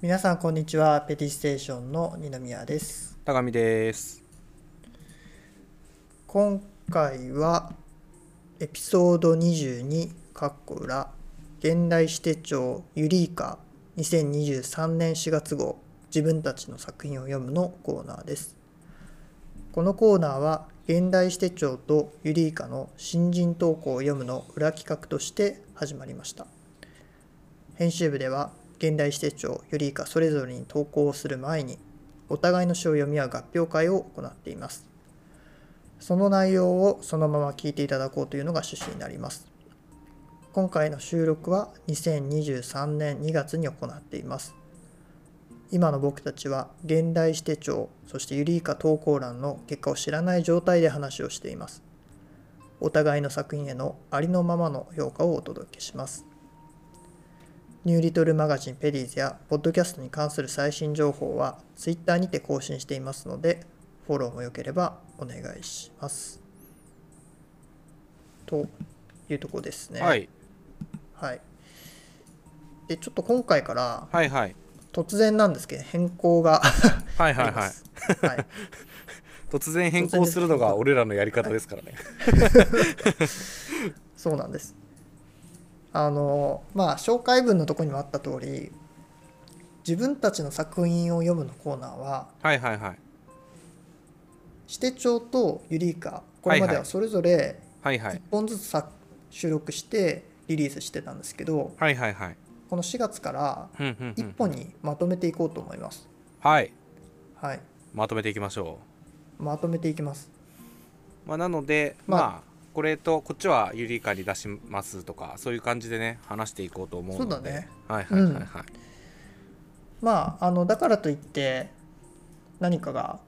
皆さんこんにちはペティステーションの二宮です高見です。今回はエピソード22かっこ裏現代史手帳ユリーカ2023年4月号自分たちの作品を読むのコーナーですこのコーナーは現代史手帳とユリーカの新人投稿を読むの裏企画として始まりました編集部では現代史手帳ユリーカそれぞれに投稿をする前にお互いの詩を読み合う合評会を行っていますその内容をそのまま聞いていただこうというのが趣旨になります今回の収録は2023年2月に行っています今の僕たちは現代史手帳そしてユリイカ投稿欄の結果を知らない状態で話をしていますお互いの作品へのありのままの評価をお届けしますニューリトルマガジンペリーズやポッドキャストに関する最新情報は Twitter にて更新していますのでフォローもよければお願いしますというとこですねはい、はい、でちょっと今回からはいはい突然なんですけど変更がはいありはいはまい。す。はい、突然変更するのが俺らのやり方ですからね。そうなんです。あのまあ紹介文のとこにもあった通り自分たちの作品を読むのコーナーははいはいはい指定帳とユリイカこれまではそれぞれはいはい1本ずつさ収録してリリースしてたんですけどはいはいはい。この4月からうんうんう1ん。本にまとめていこうと思います。はい、はい、まとめていきましょまとめていきます。う。まあなのでままああ、これとこっちはユリカに出しますとかそういう感じでね話していこうと思うので。そうだね。はいはいはいはい。まあ、あのだからといって何かが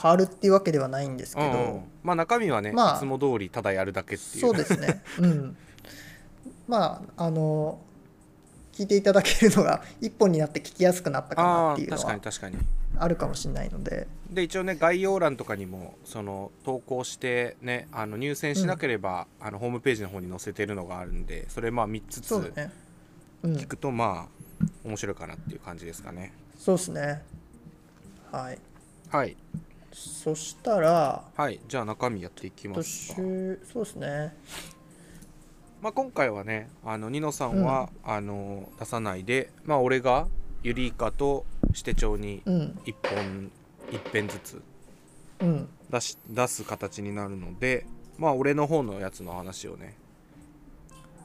変わるっていうわけではないんですけうど、んうんまあ中身はね、まあいつも通りただやるだけっていう。そうです ね、うん、まああの聞いていただけるのが一本になって聞きやすくなったかなあってあいうの確かはに確かに。あるかもしれないのでで一応ね概要欄とかにもその投稿してねあの入選しなければ、あのホームページの方に載せてるのがあるんでそれまあ3つそうつだね、うん聞、くとまあ面白いかなっていう感じですかねそうですねはいはいそしたらはいじゃあ中身やっていきます年か、そうですねまあ、今回はねあのニノさんは、あの出さないでまあ俺がユリイカと支手帳にうん1本1編ずつうん出し出す形になるのでまあ俺の方のやつの話をね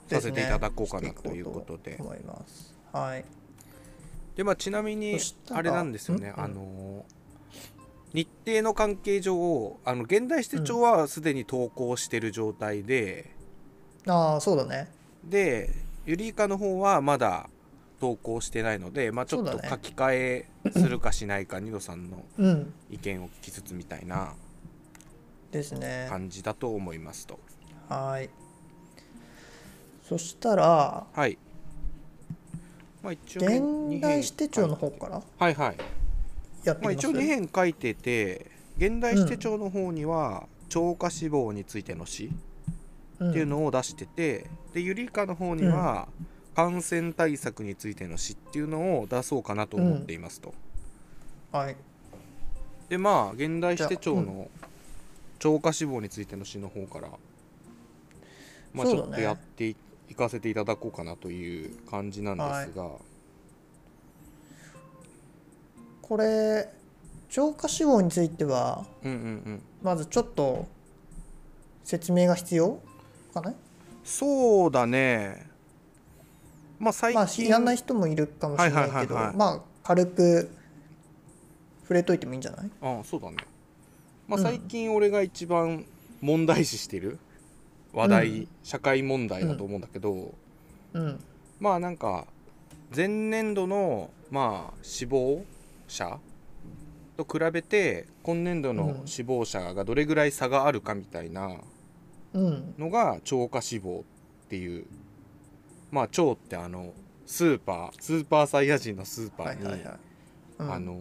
させていただこうかなということで思いますはいでまあ、ちなみそにしたらあれなんですよね、うんうんあの日程の関係上あの現代史手帳はすでに投稿してる状態で、ああそうだねでユリイカの方はまだ投稿してないので、まあ、ちょっそとうだね書き換えするかしないかニノさんのうん意見を聞きつつみたいなですね感じだと思いますとはい。そしたら、はい、まあ、一応ね現代史手帳の方二編からはいはいやってみまあ、ます一応2編書いてて現代史手帳の方には超過死亡についての詩っていうのを出してて、でユリイカの方には感染対策についての詩っていうのを出そうかなと思っていますと。うんはい。でまあ現代史手帳の超過死亡についての詩の方から、まあ、そうちだょねっとやってい,、かせていただこうかなという感じなんですが、これ、超過死亡については、うんうんうん、まずちょっと説明が必要かなそうだねまあ最まあ、近、知らない人もいるかもしれないけど、はいはいはいはいまあ、軽く触れといてもいいんじゃないああそうだね、まあ、うん最近俺が一番問題視してる話題、うん社会問題だと思うんだけど、うん。まあなんか前年度のまあ死亡者と比べて今年度のうん死亡者がどれぐらい差があるかみたいなうん。のが超過死亡っていうまあ超ってあのスーパースーパーサイヤ人のスーパはいーに、はいはい。うん、あ、の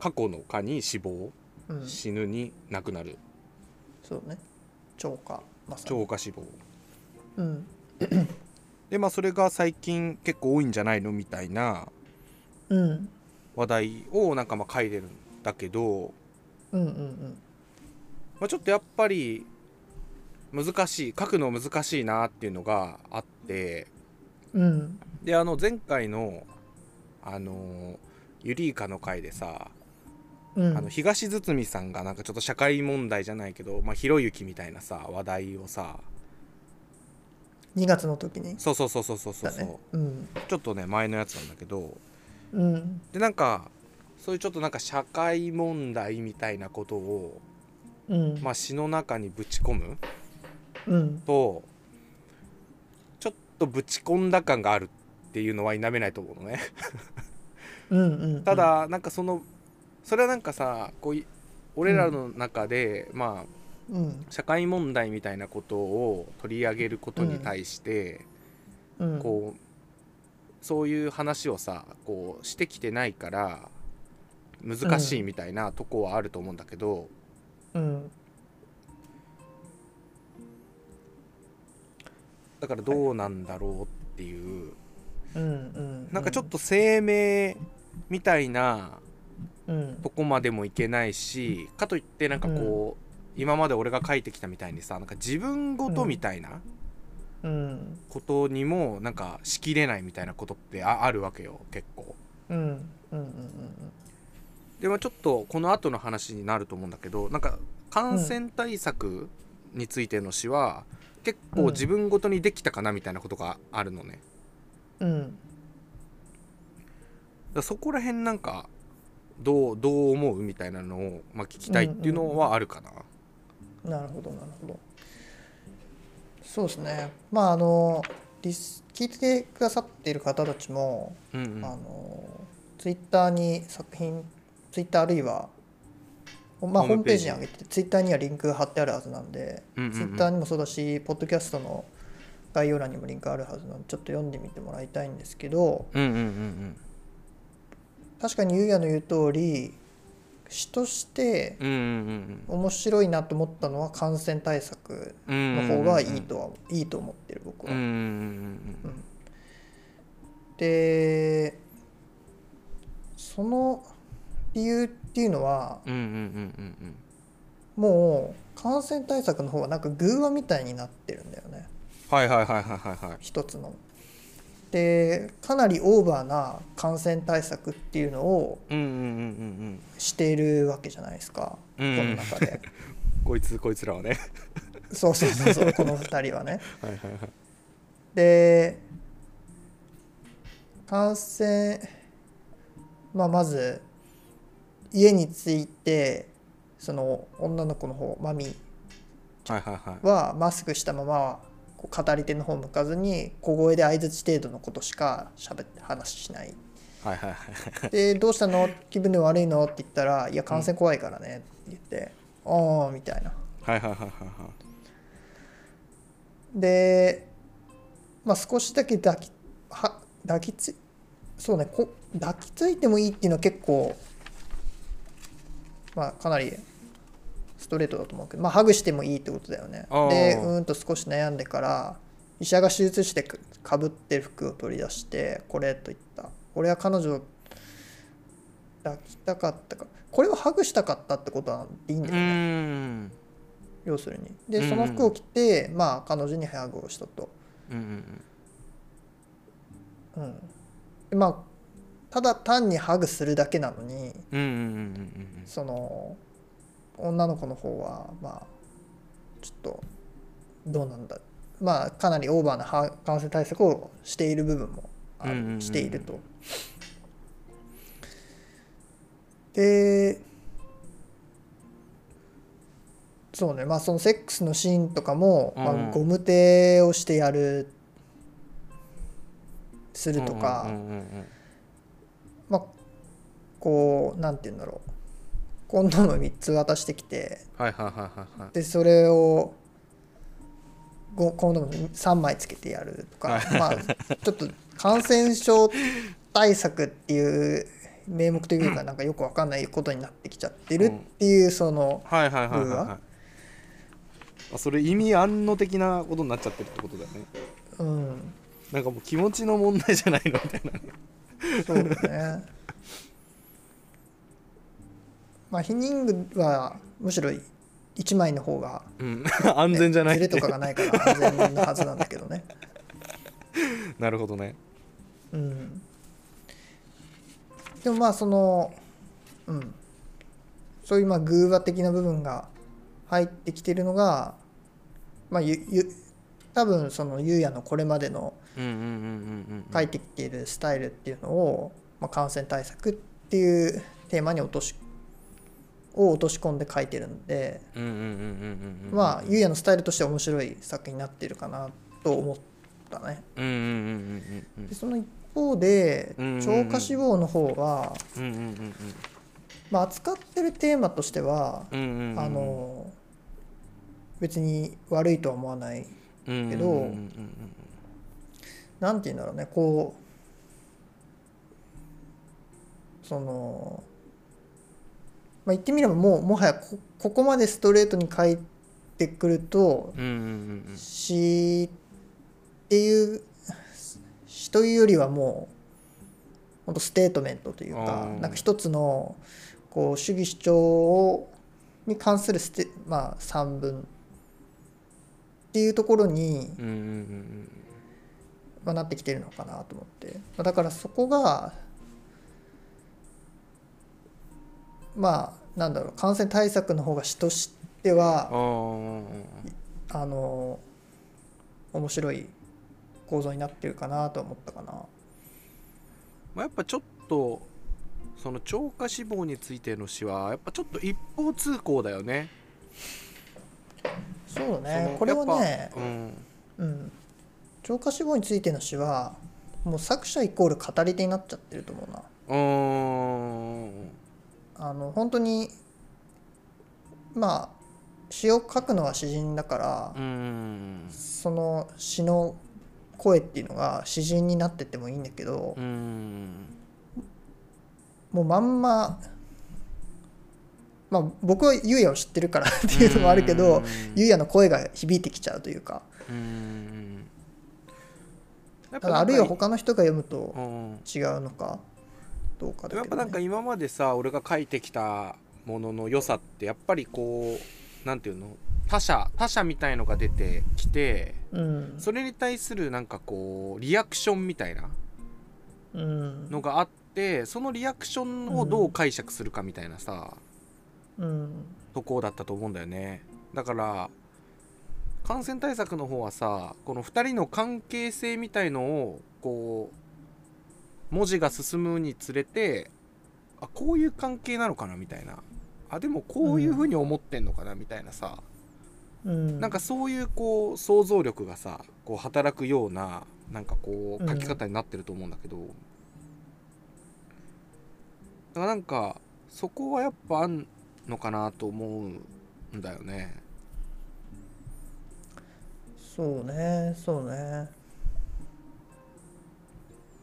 過去の蚊に死亡、うん、死ぬに亡くなるそうね。超過。まさに。超過死亡うん。でまあそれが最近結構多いんじゃないのみたいなうん。話題をなんかまあ書いてるんだけど、うんうんまあ、ちょっとやっぱり難しい書くの難しいなっていうのがあってうんうんであの前回のあのユリイカの回でさ、うんあの東堤さんがなんかちょっと社会問題じゃないけど、まあ、ひろゆきみたいなさ話題をさ2月の時にそうそうそうそうそうそう、だねうんちょっとね前のやつなんだけどうんでなんかそういうちょっとなんか社会問題みたいなことを、うんまあ、詩の中にぶち込むうんとちょっとぶち込んだ感があるっていうのは否めないと思うのねうんうんただなんかそのそれはなんかさこうい俺らの中で、まあうん社会問題みたいなことを取り上げることに対して、うんこうそういう話をさこうしてきてないから難しいみたいなとこはあると思うんだけど、うんだからどうなんだろうっていう、うんうんなんかちょっと声明みたいなうんとこまでもいけないしかといってなんかこう、今まで俺が書いてきたみたいにさなんか自分ごとみたいなうんことにもなんかしきれないみたいなことってああるわけよ結構。うんうんうんうんでまあちょっとこの後の話になると思うんだけどなんか感染対策についての詩は、結構自分ごとにできたかなみたいなことがあるのね。うんだからそこら辺なんかどうどう思うみたいなのを、まあ、聞きたいっていうのはあるかな。なるほどなるほどそうですねまああのリス聞いてくださっている方たちも、うんうあんのツイッターに作品ツイッターあるいはまあ、ホホーームムペペーージジに上げてツイッターにはリンク貼ってあるはずなんで、うんうんうんツイッターにもそうだしポッドキャストの概要欄にもリンクあるはずなんでちょっと読んでみてもらいたいんですけどうんうんうん確かにゆうやの言う通り詩としてうんうんうん面白いなと思ったのは感染対策うんうんの方がいいとは、いいと思ってる僕うは。んうんうんでその理由っていうのはうんうんうんうんうんうんもう感染対策の方がなんか偶話みたいになってるんだよねはいはいはいはいはいはい一つの。でかなりオーバーな感染対策っていうのをうんうんうんうんしているわけじゃないですか、うんこの中で。うんこいつこいつらはねそうそうそう そうこの2人はね。はいはいはいで感染、まあ、まず家についてその女の子の方マミはいはいはいはマスクしたままこう語り手の方向かずに小声で相づち程度のことしか喋って話しない。はいはいはいで「どうしたの気分で悪いの?」って言ったら「いや感染怖いからね」って言って「ああ」みたいな。はいはいはいはいはいで、まあ、少しだけ抱きは抱きつそうねこ抱きついてもいいっていうのは結構、まあ、かなりストレートだと思うけど、まあ、ハグしてもいいってことだよねあーでうーんと少し悩んでから医者が手術してくかぶってる服を取り出して「これ」と言った俺は彼女を抱きたかったかこれをハグしたかったってことはでいいんだうよねーん要するにうんうでんその服を着て、まあ彼女にハグをしたと、うんうんうん、でまあただ単にハグするだけなのにうんうんうんうんうんその女の子の方はまあちょっとどうなんだまあかなりオーバーなは感染対策をしている部分もあるうんうんうんしていると。でそうねまあそのセックスのシーンとかも、まあうんゴム手をしてやるするとか、うんうんうんまあこうなんて言うんだろうコンドーム3つ渡してきてはいはいはいはいはいでそれをごコンドーム3枚つけてやるとか、まあ、ちょっと感染症対策っていう名目というかなんかよくわかんないことになってきちゃってるっていうそのはいはいはいはいルーははいあそれ意味安の的なことになっちゃってるってことだよねうんなんかもう気持ちの問題じゃないのみたいなそうだねまあ、避妊具はむしろ1枚の方が、うん安全じゃないずれとかがないから安全なはずなんだけどね。なるほどねうん、でもまあその、うん、そういうまあ偶話的な部分が入ってきてるのが、まあ、ゆゆ多分そのゆうやのこれまでのうんうんうんうんうん書いてきているスタイルっていうのを、まあ、感染対策っていうテーマに落としを落とし込んで書いてるので、うんうんうんうんうんうんまあゆうやのスタイルとしては面白い作品になっているかなと思ったね。うんうんうんうんうんでその一方でうんうんうん超過死亡の方は、うんうんうんうんまあ、扱ってるテーマとしては、うんうんうんあの別に悪いとは思わないうんけどうんうんうんうんなんて言うんだろうねこうその、まあ、言ってみればもうもはやこここまでストレートに書いてくるとうんうんうん詩っていう詩というよりはもうほんとステートメントというかうんなんか一つのこう主義主張をに関するステ、まあ、散文っていうところに、うんうんうんまあ、なってきてるのかなと思って、まあ、だからそこがまあなんだろう感染対策の方が詩としてあはーあの面白い構造になってるかなとは思ったかな。まあやっぱちょっとその超過死亡についての詩はやっぱちょっと一方通行だよね。そうそのねこれはやっねぱ、うん、うん、超過死亡についての詩はもう作者イコール語り手になっちゃってると思うな。うーんあの本当にまあ詩を書くのは詩人だからう、んその詩の声っていうのが詩人になっててもいいんだけど、うんもうまんままあ僕はゆうやを知ってるからっていうのもあるけど、ゆうやの声が響いてきちゃうというかうんやったぱだなあんかるいは他の人が読むとうん違うのかどうかやだっけぱど、なんかね、今までさ俺が書いてきたものの良さってやっぱりこうなんていうの他者他者みたいのが出てきてうんそれに対するなんかこうリアクションみたいなうんのがあってそのリアクションをどう解釈するかみたいなさ、うんとこだったと思うんだよねだから感染対策の方はさこの2人の関係性みたいのをこう文字が進むにつれてあこういう関係なのかなみたいなあでもこういうふうに思ってんのかなみたいなさ、うんなんかそういうこう想像力がさこう働くようななんかこう書き方になってると思うんだけど、だからなんかそこはやっぱあんのかなと思うんだよね。そうねそうね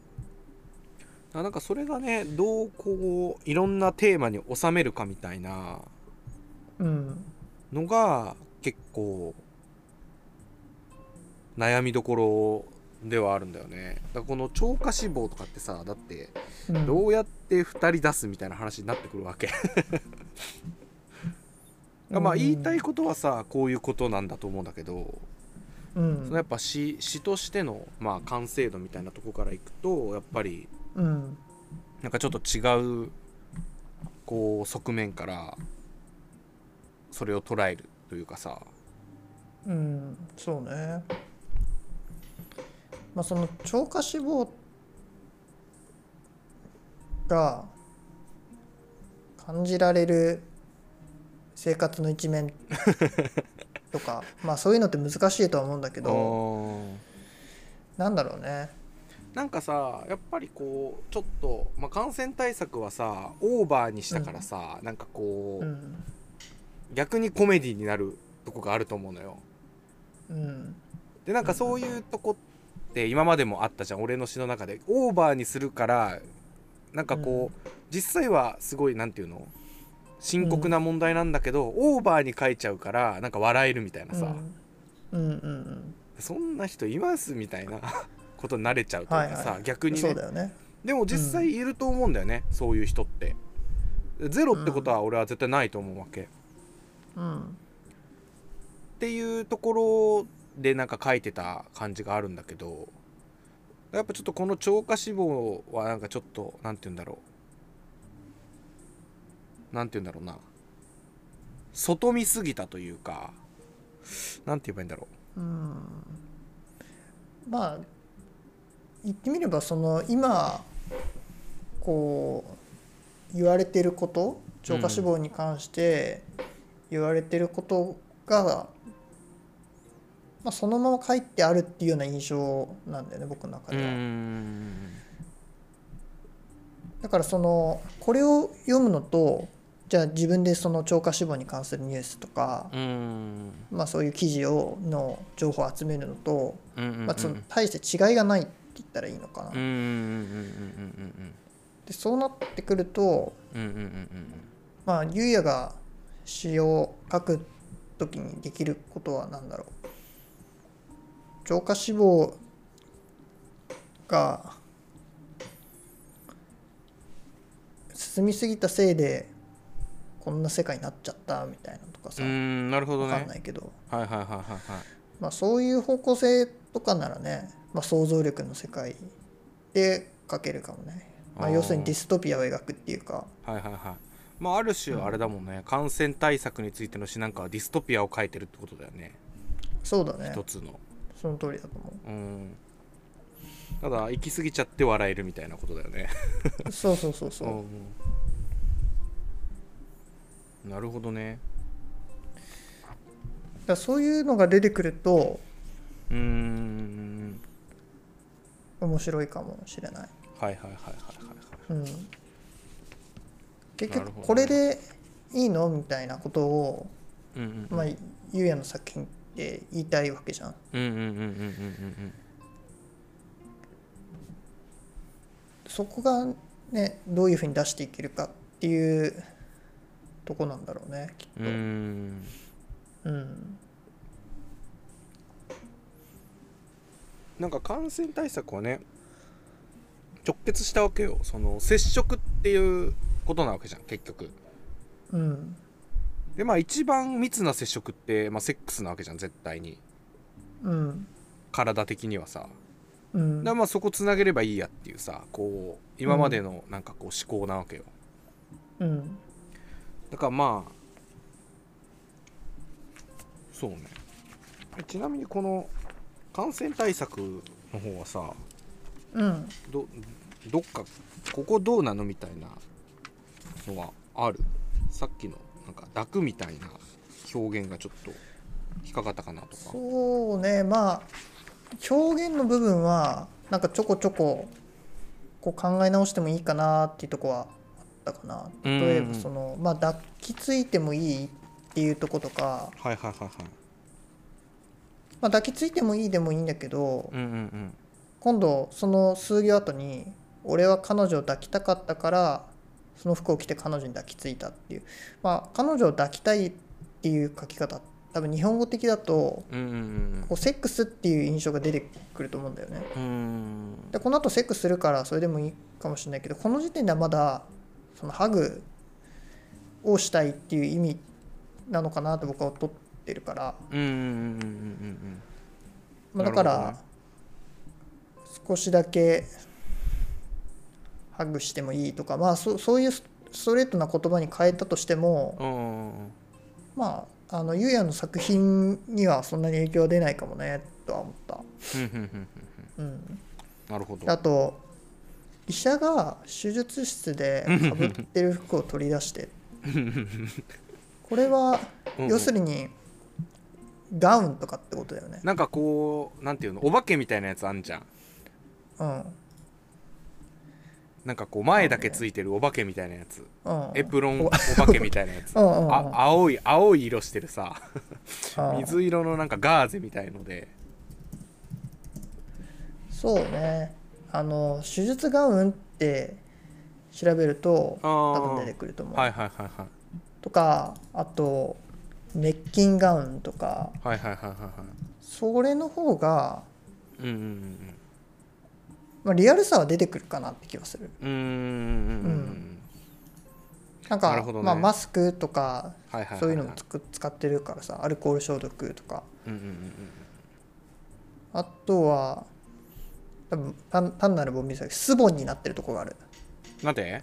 だからなんかそれがねどうこういろんなテーマに収めるかみたいなうんのが結構悩みどころではあるんだよね。だからこの超過脂肪とかってさだってうんどうやって2人出すみたいな話になってくるわけまあ言いたいことはさこういうことなんだと思うんだけどうんそのやっぱ詩詩としてのまあ完成度みたいなとこからいくとやっぱりうんなんかちょっと違うこう側面からそれを捉えるというかさうんそうねまあその超過脂肪が感じられる生活の一面とか まあそういうのって難しいとは思うんだけどなんだろうねなんかさやっぱりこうちょっと、まあ、感染対策はさオーバーにしたからさ、なんかこう、うん逆にコメディになるとこがあると思うのようんでなんかそういうとこって今までもあったじゃん俺の詩の中でオーバーにするからなんかこう、実際はすごいなんていうの深刻な問題なんだけど、オーバーに書いちゃうからなんか笑えるみたいなさ、うんうんうんそんな人いますみたいな ことになれちゃうというかさ、はいはい逆にそうねだよねでも実際いると思うんだよね、そういう人ってゼロってことは俺は絶対ないと思うわけ、っうんていうところでなんか書いてた感じがあるんだけどやっぱちょっとこの超過脂肪はなんかちょっとなんて言うんだろうなんて言うんだろうな外見すぎたというかなんて言えばいいんだろうんまあ言ってみればその今こう言われてること超過脂肪に関して言われてることが、まあ、そのまま書いてあるっていうような印象なんだよね僕の中ううでは。んだからそのこれを読むのとじゃあ自分でその超過脂肪に関するニュースとか、うんまあ、そういう記事をの情報を集めるのと、うんうんうんまあ、その大して違いがないって言ったらいいのかな。うんうんうんでそうなってくると、うんうんうんうんうんうんまあ、ゆうやが詩を書く時にできることは何だろう浄化脂肪が進みすぎたせいでこんな世界になっちゃったみたいなとかうさ、ーんなるほどわねかんないけど、はいはいはいはいはいまあ、そういう方向性とかならね、まあ、想像力の世界で書けるかもね、まあ、あー要するにディストピアを描くっていうか。はいはいはいまあある種あれだもんね、感染対策についての詩なんかはディストピアを書いてるってことだよねそうだね一つのその通りだと思うんただ行き過ぎちゃって笑えるみたいなことだよねうそうそうそう そう、うんなるほどねだからそういうのが出てくるとうーん面白いかもしれない、はいはいはいはいはいはういん、結なる局こほどねれでいいのみたいなことを、うんうんまあ、ゆうやの作品って言いたいわけじゃんうんうんうんうんうんうんそこがねどういうふうに出していけるかっていうとこなんだろうねきっうんうーんとうんなんか感染対策はね直結したわけよその接触っていうことなわけじゃん結局うんでまあ一番密な接触って、まあ、セックスなわけじゃん絶対にうん体的にはさだかうんらまあそこつなげればいいやっていうさこう今までのなんかこう思考なわけようんだからまあそうねえちなみにこの感染対策の方はさうんどどっかここどうなのみたいなのはあるさっきのなんか抱くみたいな表現がちょっと引っかかったかなとかそうねまあ表現の部分はなんかちょこちょここう考え直してもいいかなっていうとこはあったかなうん例えばその、まあ、抱きついてもいいっていうとことか、はいはいはいはいまあ、抱きついてもいいでもいいんだけど、うんうん今度その数行後に「俺は彼女を抱きたかったからその服を着て彼女に抱きついた」っていうまあ彼女を抱きたいっていう書き方多分日本語的だとうんうんうんこうセックスっていう印象が出てくると思うんだよね。うんうんでこの後セックスするからそれでもいいかもしれないけどこの時点ではまだそのハグをしたいっていう意味なのかなと僕は取ってるから、うんうんうんうんうんまあ、なだるかほどねら少しだけハグしてもいいとかまあそそういうスストレートな言葉に変えたとしてもうんうんうんまああのゆうやの作品にはそんなに影響は出ないかもねとは思った。うんうんうんうんうんなるほどあと医者が手術室でかぶってる服を取り出して これはうんうん要するにガウンとかってことだよねなんかこうなんていうのお化けみたいなやつあんじゃんうんなんかこう前だけついてるお化けみたいなやつうんエプロンおお化けみたいなやつうんうんうんあ青い青い色してるさうん水色のなんかガーゼみたいのでそうねあの手術ガウンって調べるとあ多ー分出てくると思う、はいはいはいはいとかあとメッキンガウンとかはいはいはいはいはいそれの方が、うんうんまあ、リアルさは出てくるかなって気がするうんうんうんうんうんうんうんなんなかるほどねまあ、マスクとかはいはいはいはそういうのもつく使ってるからさアルコール消毒とかうんうんうんうんあとは多分単単なるボンビーズボンになってるとこがあるなんで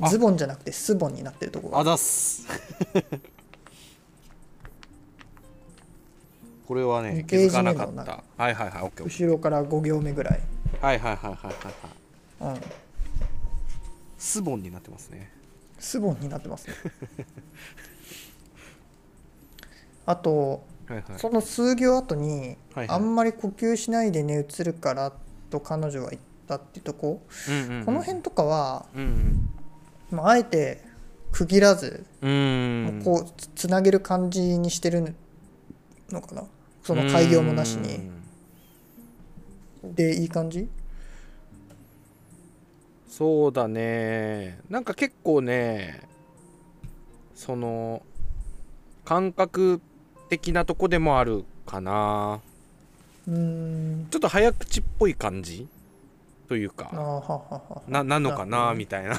あズボンじゃなくてスボンになってるとこがああるざっすこれはね二気ペーづジ目かのなかったはいはいはいオッケーオッケ後ろから5行目ぐらい、ーはいはいはいはいはいはいうん、スボンになってますねスボンになって ますねあとはいはいその数行後に、はいはいあんまり呼吸しないで寝移るからと彼女は言ったってとこ、うんうんうんこの辺とかは、うんまあ、あえて区切らず、うんうもんうこうつつなげる感じにしてるのかなその開業もなしうにんでいい感じそうだねなんか結構ねその感覚的なとこでもあるかなうーんちょっと早口っぽい感じというかあーはははななのなるかほどなねみたいな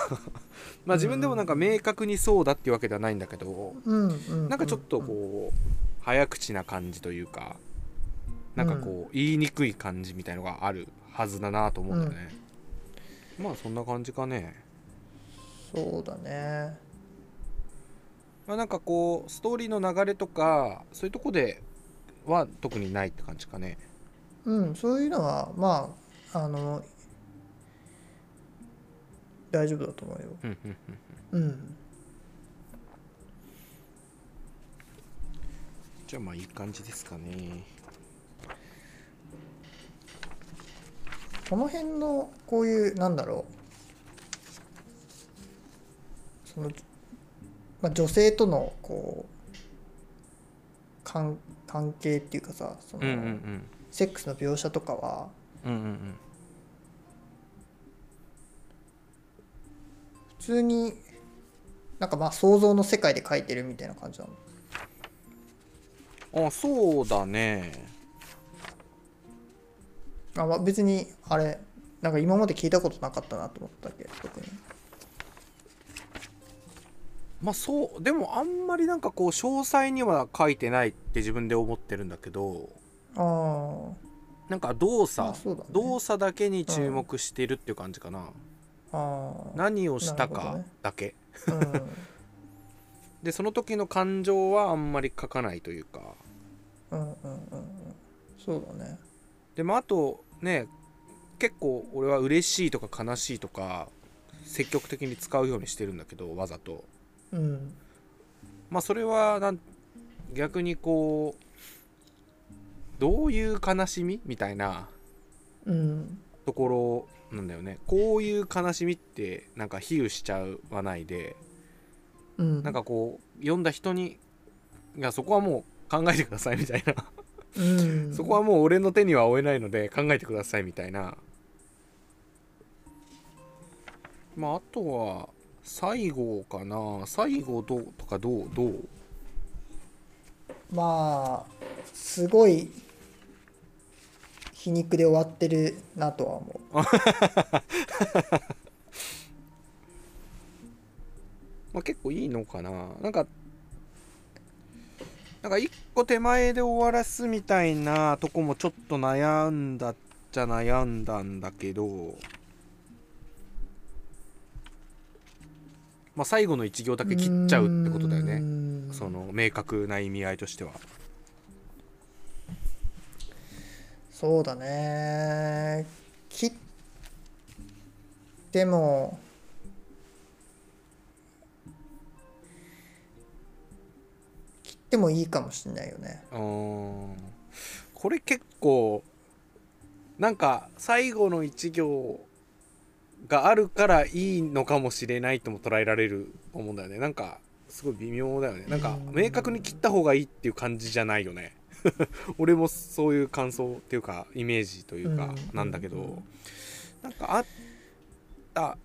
まあ自分でもなんか明確にそうだっていうわけではないんだけどうんうんなんかちょっとうんこう早口な感じというかなんかこう言いにくい感じみたいのがあるはずだなと思うんだよね、まあそんな感じかねそうだねまあなんかこうストーリーの流れとかそういうとこでは特にないって感じかねうんそういうのはまああの大丈夫だと思うようんうんうんうんじゃあまあいい感じですかねこの辺のこういうなんだろうその、まあ、女性とのこう関関係っていうかさその、うんうんうんセックスの描写とかはうんうんうん普通になんかまあ想像の世界で描いてるみたいな感じなのあそうだねあ、まあ、別にあれなんか今まで聞いたことなかったなと思ったけど特にまあそうでもあんまりなんかこう詳細には書いてないって自分で思ってるんだけどあなんか動あま作、あそうだね動作だけに注目してるっていう感じかな、ああ何をしなたるほどかねだけ、うんでその時の感情はあんまり書かないというかうんうんうんうんそうだねでもあとね結構俺は嬉しいとか悲しいとか積極的に使うようにしてるんだけどわざとうんまあそれはなん逆にこうどういう悲しみみたいなうんところなんだよねこういう悲しみってなんか比喩しちゃわないでうんなんかこう読んだ人にいやそこはもう考えてくださいみたいな、うん、そこはもう俺の手には負えないので考えてくださいみたいなまああとは西郷かな西郷どうとかどうどうまあすごい皮肉で終わってるなとは思うまあ、結構いいのかななんかなんか一個手前で終わらすみたいなとこもちょっと悩んだっちゃ悩んだんだけどまあ最後の一行だけ切っちゃうってことだよねねその明確な意味合いとしてはそうだね切っても切ってもいいかもしれないよねうーんこれ結構なんか最後の一行があるからいいのかもしれないとも捉えられると思うんだよねなんかすごい微妙だよねなんかうん明確に切った方がいいっていう感じじゃないよね 俺もそういう感想っていうかイメージというかうんなんだけうどんなんかあった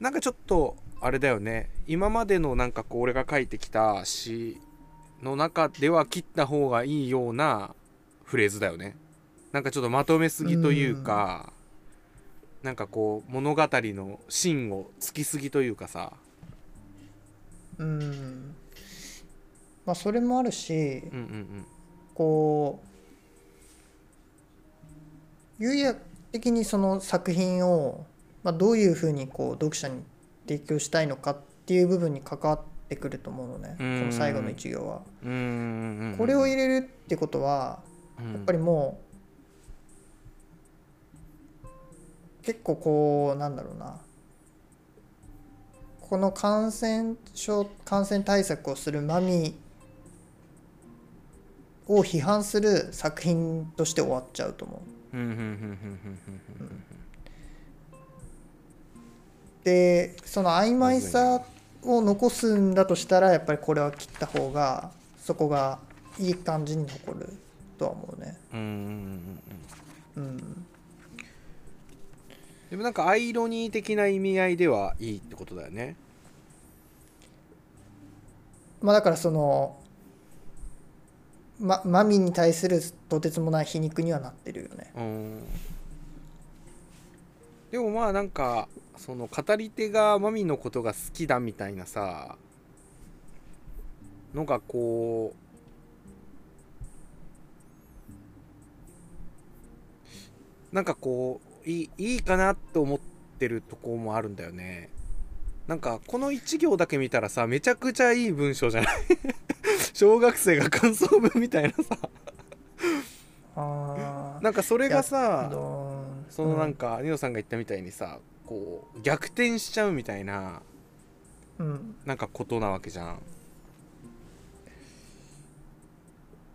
なんかちょっとあれだよね今までのなんかこう俺が書いてきた詩の中では切った方がいいようなフレーズだよねなんかちょっとまとめすぎというか、なんかこう物語の芯をつきすぎというかさうんまあそれもあるしうんうんこう有意義的にその作品を、まあ、どういうふうにこう読者に提供したいのかっていう部分に関わってくると思うのねこうんの最後の一行は。うんうんうんうんこれを入れるってことはやっぱりりもう結構こうなんだろうなこの感染症感染対策をするマミを批判する作品として終わっちゃうと思う。うんうんうんうんうんうんでその曖昧さを残すんだとしたらやっぱりこれは切った方がそこがいい感じに残るとは思うね。うんうんうんうんうんうん、でもなんかアイロニー的な意味合いではいいってことだよねまあだからそのまマミに対するとてつもない皮肉にはなってるよね。うんでもまあなんかその語り手がマミのことが好きだみたいなさのがこうなんかこういいいいかなと思ってるとこもあるんだよねなんかこの一行だけ見たらさめちゃくちゃいい文章じゃない 小学生が感想文みたいなさあなんかそれがさあそのなんか、かニノさんが言ったみたいにさこう逆転しちゃうみたいなうんなんかことなわけじゃん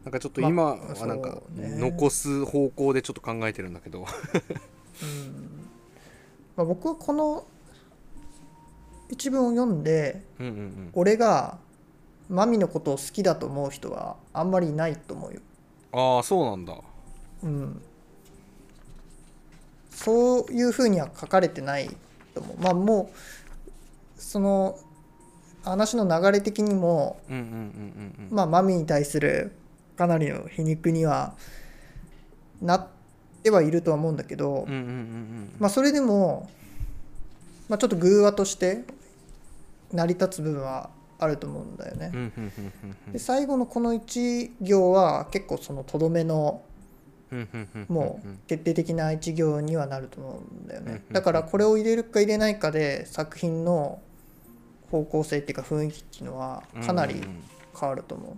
なんかちょっと今まあはなんかそうね残す方向でちょっと考えてるんだけどうんまあ、僕はこの一文を読んでうんうんうん俺がマミのことを好きだと思う人はあんまりいないと思うよ。ああそうなんだうん、そういうふうには書かれてないと思う。まあもうその話の流れ的にも、うんうんうんうんうんまあ、マミに対するかなりの皮肉にはなってはいるとは思うんだけど、うんうんうんまあ、それでも、まあ、ちょっと偶話として成り立つ部分はあると思うんだよね。うんうんうんうんで最後のこの1行は結構そのとどめのうんうんうんうんもう決定的な1行にはなると思うんだようんうんねうんだからこれを入れるか入れないかで作品の方向性っていうか雰囲気っていうのはかなりうんうんうん変わると思う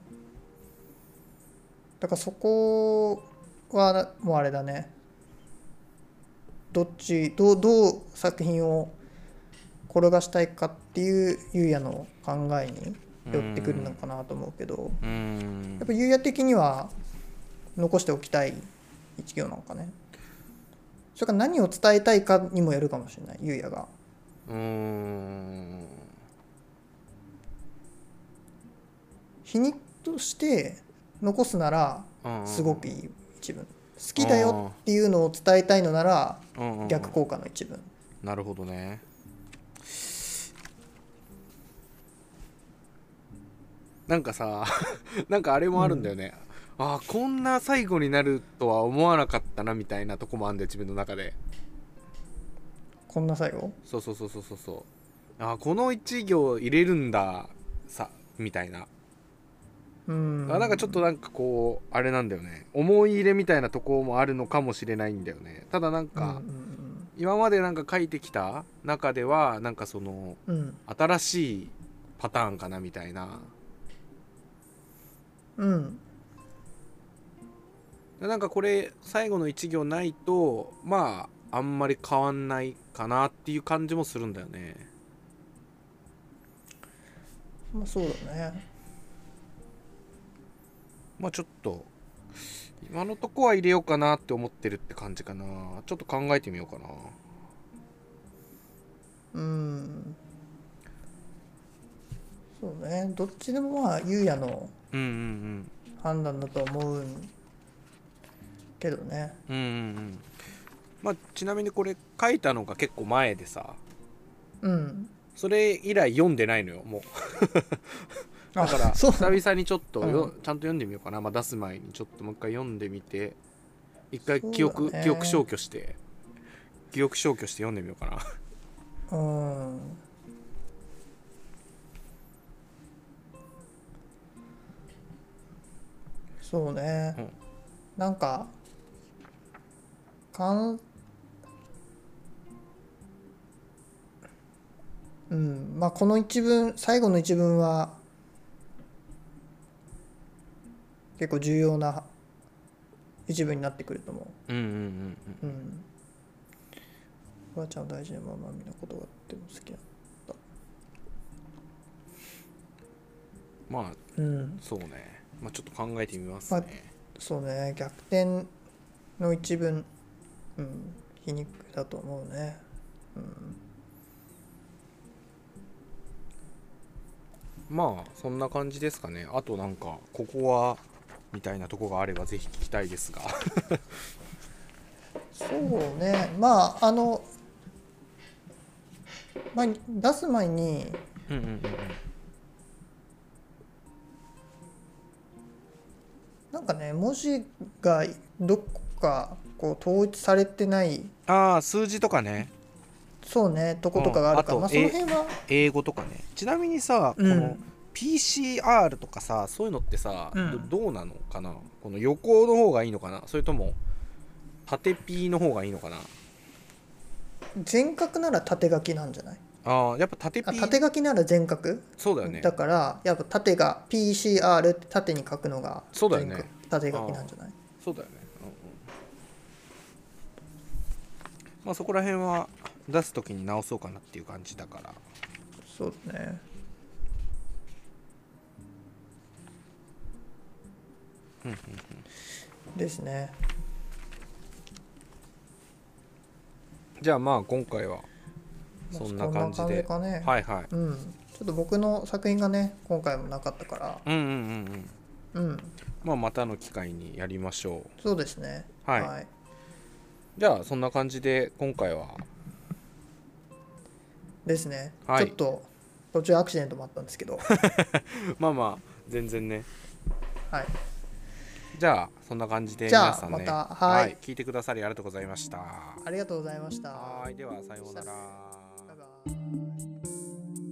だからそこはもうあれだねどっちどうどう作品を転がしたいかっていうゆうやの考えに寄ってくるのかなと思うけど、うーんやっぱ優也的には残しておきたい一行なのかねそれから何を伝えたいかにもよるかもしれない優也がうーん日にとして残すならうんすごくいい一文好きだよっていうのを伝えたいのならうんうんうん逆効果の一文なるほどねなんかさ なんかあれもあるんだよね、ああこんな最後になるとは思わなかったなみたいなとこもあるんだよ自分の中でこんな最後そうそうそうそうそうそうああこの一行入れるんださみたいなうんあなんかちょっとなんかこうあれなんだよね思い入れみたいなとこもあるのかもしれないんだよねただなんか、うん今までなんか書いてきた中ではなんかそのうんうん新しいパターンかなみたいなうんうんでなんかこれ最後の1行ないとまああんまり変わんないかなっていう感じもするんだよねまあそうだねまあちょっと今のとこは入れようかなって思ってるって感じかなちょっと考えてみようかなうんそうねどっちでもまあ優也のうんうん判断だと思うんけどねうんうんうんうんまあちなみにこれ書いたのが結構前でさうんそれ以来読んでないのよもうだから あ そう久々にちょっとよ、うんちゃんと読んでみようかな、まあ、出す前にちょっともう一回読んでみて一回そうだ記憶、ね記憶消去して記憶消去して読んでみようかなうんそうね、うんなんかかんうんまあこの一文最後の一文は結構重要な一文になってくると思うんうんうんううんおばあちゃんを大事にままみのことがでも好きだうんまあうんそうねまあちょっと考えてみますね、そうね逆転の一文、うん、皮肉だと思うねまあそんな感じですかねあとなんかここはみたいなとこがあればぜひ聞きたいですがそうねまああの、まあ、出す前にうんうんうんなんかね文字がどこかこう統一されてない ああ数字とかねそうねとことかがあるから、うんまああとその辺は英語とかねちなみにさ、うんこの PCR とかさそういうのってさ、うんどどうなのかなこの横の方がいいのかなそれとも縦 P の方がいいのかな全角なら縦書きなんじゃないあーやっぱ縦あ P 縦書きなら全角そうだだ,、よねからやっぱ縦が PCR って縦に書くのがそうだよね全角縦書きなんじゃないそうだよね、うんうんまあそこら辺は出す時に直そうかなっていう感じだからそうだねですねじゃあまあ今回はそんな感じでこんな感じかね、はいはいうんちょっと僕の作品がね今回もなかったからうんうんうんうんうんまあまたの機会にやりましょうそうですねはいじゃあそんな感じで今回はですね、はいちょっと途中アクシデントもあったんです けどまあまあ全然ねはいじゃあそんな感じでじゃあ皆さんねまたはい聞いてくださりありがとうございましたありがとうございましたはいではさようならバイバイ